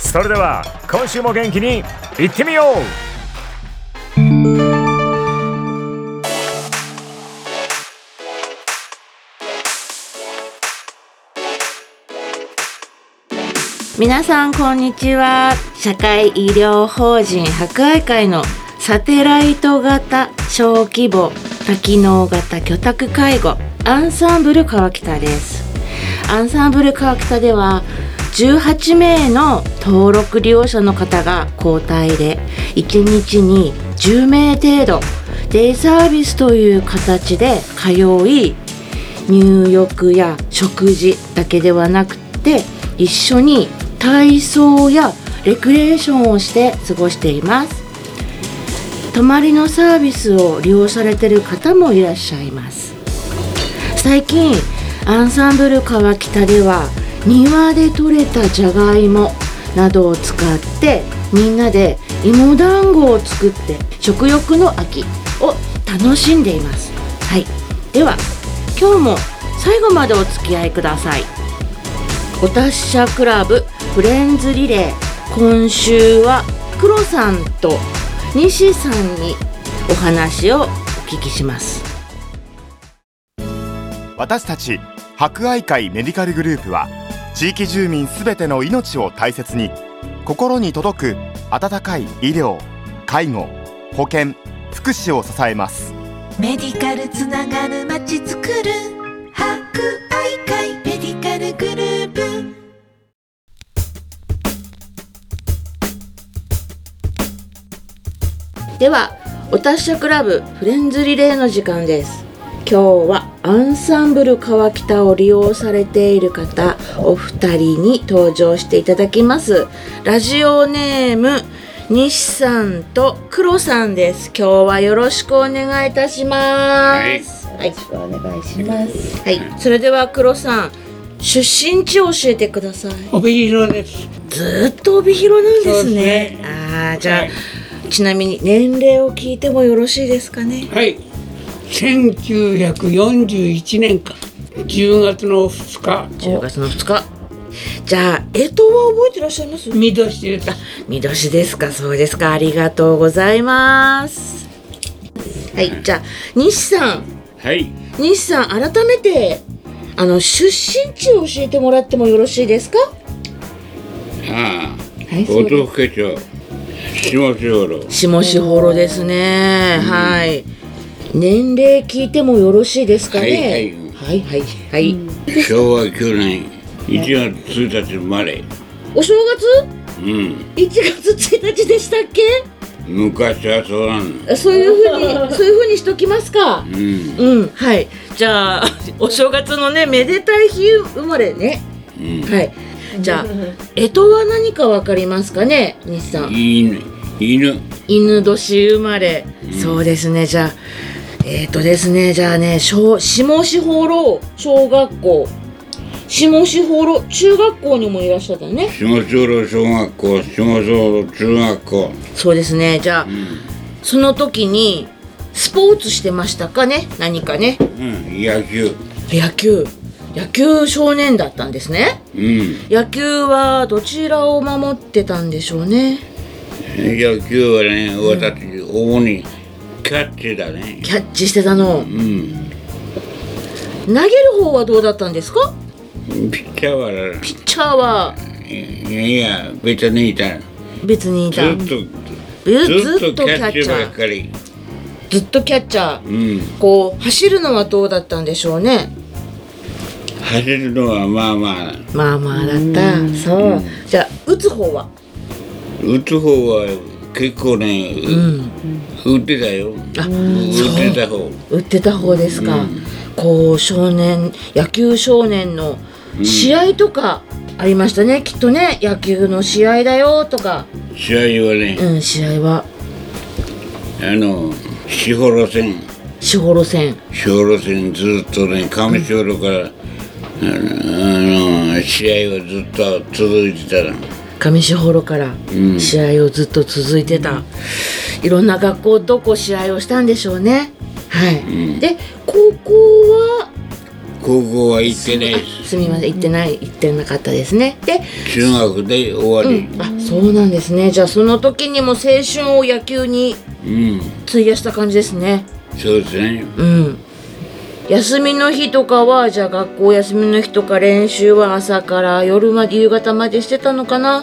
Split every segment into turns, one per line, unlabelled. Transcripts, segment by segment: それでは今週も元気にいってみよう
皆さんこんにちは社会医療法人博愛会のサテライト型小規模多機能型居宅介護アンサンブル川北ですアンサンブル川北では18名の登録利用者の方が交代で1日に10名程度デイサービスという形で通い入浴や食事だけではなくて一緒に体操やレクレーションをして過ごしています泊まりのサービスを利用されている方もいらっしゃいます最近アンサンブル川北では庭で採れたじゃがいもなどを使ってみんなで芋団子を作って食欲の秋を楽しんでいますはいでは今日も最後までお付き合いくださいお達者クラブフレンズリレー今週は黒さんと西さんにお話をお聞きします
私たち博愛会メディカルグループは地域住民すべての命を大切に心に届く温かい医療介護保健福祉を支えます
メディカルつながるまちづくる博愛会メディカルグループ
ではお達者クラブフレンズリレーの時間です今日はアンサンブル川北を利用されている方お二人に登場していただきますラジオネーム西さんと黒さんです今日はよろしくお願いいたしますはい、
お願いします。
はい、それでは黒さん出身地を教えてください
帯広です。
ずっと帯広なんです
そうで
ね
すね
ああじゃあ、
はい
ちなみに年齢を聞いてもよろしいですかね
はい。1941年か10月の2日
10月の2日じゃあ干支は覚えてらっしゃいます
見出しです。
見年ですかそうですかありがとうございますはいじゃあ西さん
はい、
西さん改めてあの出身地を教えてもらってもよろしいですか
ああ、
はい
大東府警長、下地五郎、
下志幌ですね、はい年齢聞いてもよろしいですかねはいはいはい、
昭和9年1月1日生まれ、
お正
うん、
月1月1日でしたっけ
昔はそうなんだ、
そういうふう にそういうふうにしときますか
うん、
うんはいじゃあお正月のねめでたい日生まれね
うん、
はいじ ゃあ干支は何かわかりますかね西さん
犬、犬、
犬年生まれ、そうですねじゃあえっ、ー、とですねじゃあね小下志幌小学校下志幌中学校にもいらっしゃったね
下地五郎小学校、下地五郎中学校、
そうですねじゃあ、
うん、
その時にスポーツしてましたかね何かね
うん、野球、
野球野球少年だったんですね
うん、
野球はどちらを守ってたんでしょうね
野球はね、私、主にキャッチだね、
キャッチしてたの
うん、
投げる方はどうだったんですか
ピッチャーは、
ピッチャーはい
や、別にいた、
別にい
ず
た
っと
え
ずっ
ずっ
と
と
キ
キャ
ャッ
ッ
チ
チ
ばっ
ャー
かり
ずっとキャッチャー
うん
こう走るのはどうだったんでしょうね
走るのはまあまあ
まあまあだったそうじゃあ打つ方は
打つ方は結構ね、打ってたよ打ってた方
打ってた方ですか、こう少年野球少年の試合とかありましたね、きっとね野球の試合だよとか
試合はね、
うん試合は
あの士幌線
士幌線
士幌線ずっとね上士幌から、あの試合はずっと続いてたの
上士幌から試合をずっと続いてた、いろんな学校どこ試合をしたんでしょうねはい、で高校は
高校は行ってない
あすみません行ってない行ってなかったですねで
中学で終わり
あそうなんですねじゃあその時にも青春を野球に
うん、
費やした感じですね
そうですね
うん休みの日とかはじゃあ学校休みの日とか練習は朝から夜まで夕方までしてたのかな、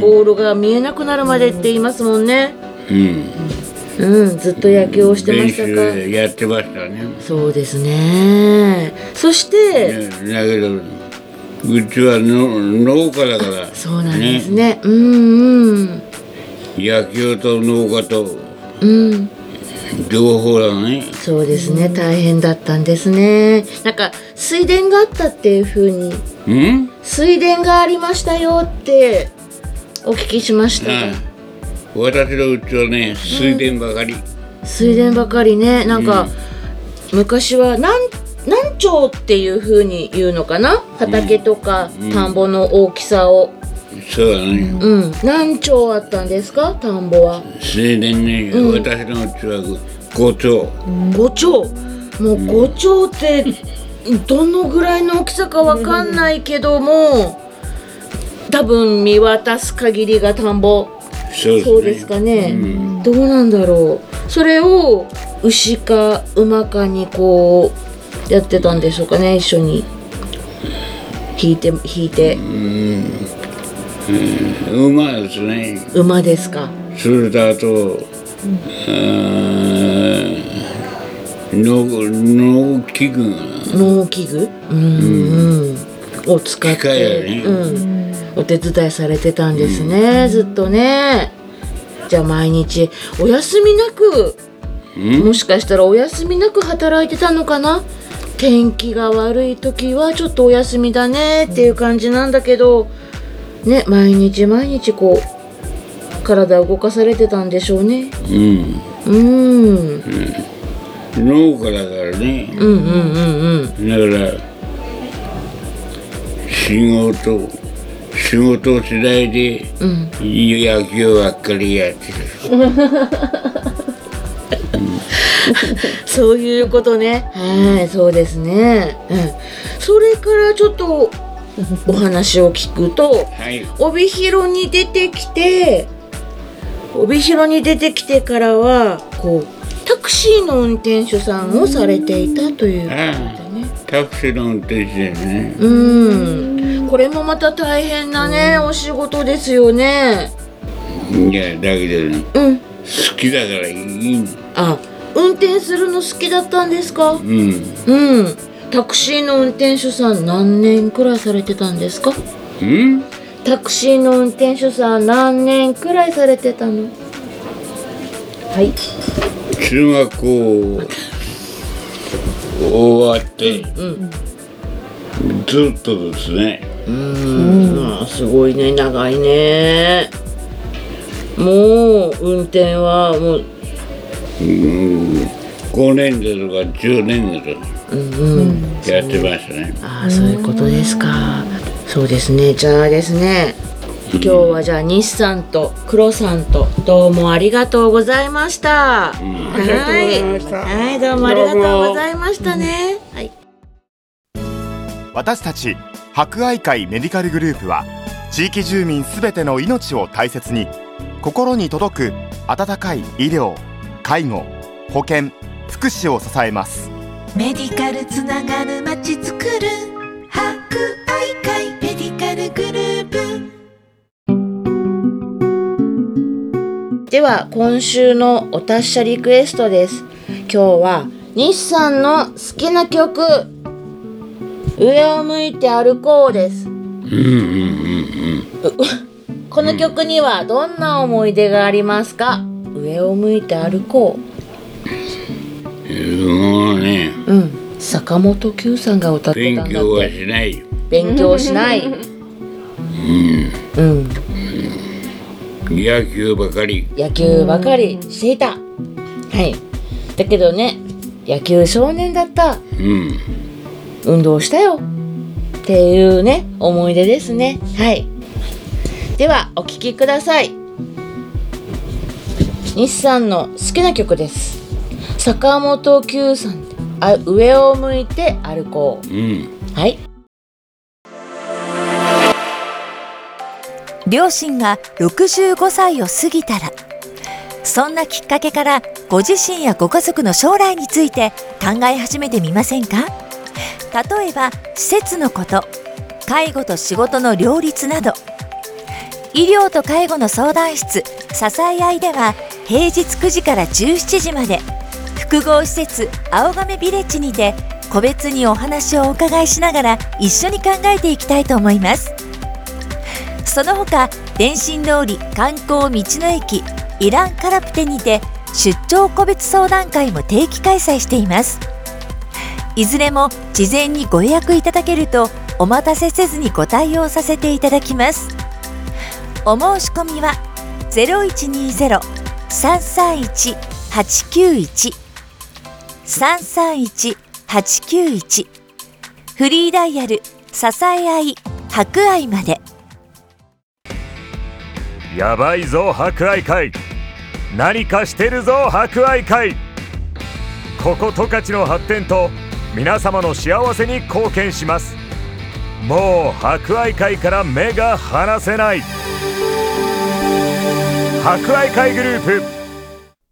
ボールが見えなくなるまでって言いますもんね
うん
うんずっと野球をしてま
練
した
習
か
やってましたね
そうですねそして、
ねだけどうちはの農家だから
そうなんですねうんうん
野球と農家と
うん
両方だね
そうですね大変だったんですねなんか水田があったっていう風に
うん
水田がありましたよってお聞きしましたが、
ああ私のうちはね水田ばかり、
水田ばかりねなんか、昔は何何丁っていう風に言うのかな畑とか田んぼの大きさを、
そうだね
うん何丁あったんですか田んぼは
水田ね、私のうちは五丁
5丁もう5丁ってどのぐらいの大きさかわかんないけども多分見渡す限りが田んぼ
そう
そう
で
ですす
ね
かね、どうなんだろうそれを牛か馬かにこうやってたんでしょうかね一緒に引いて引いて
馬ですね
馬ですか
それとあと、あー農農機具
農機具うん、うん、を使っ
機械や
て、
ね、
うん、お手伝いされてたんですね、ずっとねじゃあ毎日お休みなくもしかしたらお休みなく働いてたのかな天気が悪い時はちょっとお休みだねっていう感じなんだけどね毎日毎日こう体を動かされてたんでしょうね
うん
うん
農家だからね、
うんうんうんうん
だから仕事仕事次第で野球ばっかりやってる、
そういうことね。はい、そうですね。うん。それからちょっとお話を聞くと、
はい
帯広に出てきて、帯広に出てきてからは、こう、タクシーの運転手さんをされていたという。
ああタクシーの運転手ですね、
うん。これもまた大変なね、お仕事ですよね。
いやだけどね
うん。
好きだからいいの
あ、運転するの好きだったんですか
うん
うん。タクシーの運転手さん何年くらいされてたんですか
うん
タクシーの運転手さん何年くらいされてたのはい
中学校終わって、ずっとですね
うんすごいね長いねもう運転はもう
5年でとか10年でとかやってましたね、
ああそういうことですかそうですねじゃあですね今日はじゃあ西さんと黒さんとどうもありがとうございました、はいはいどうもありがとうございましたね、はい
私たち博愛会メディカルグループは地域住民すべての命を大切に心に届く温かい医療介護保健福祉を支えます
メディカルつながるまちづくる博愛会メディカルグループ
では今週のお達者リクエストです今日は日産の好きな曲上を向いて歩こうですう この曲にはどんな思い出がありますか上を向いて歩こ
すごいね
ううん坂本九さんが歌ってた
勉
んだ
強
っ
は
て
しないよ
勉強しないうん
野球ばかり
野球ばかりしていたはいだけどね野球少年だった
うん
運動したよっていうね思い出ですねはいではお聴きください日産の好きな曲です坂本九さんであ上を向いて歩こ
うん
うはい
両親が65歳を過ぎたらそんなきっかけからご自身やご家族の将来について考え始めてみませんか例えば施設のこと介護と仕事の両立など医療と介護の相談室支え合いでは平日9時から17時まで複合施設青亀ビレッジにて個別にお話をお伺いしながら一緒に考えていきたいと思いますその他電信通り観光道の駅イランカラプテにて出張個別相談会も定期開催していますいずれも事前にご予約いただけるとお待たせせずにご対応させていただきますお申し込みは0120-331-891 331-891フリーダイヤル支え合い博愛まで
やばいぞ博愛会何かしてるぞ博愛会ここ十勝の発展と皆様の幸せに貢献しますもう博愛会から目が離せない博愛会グループ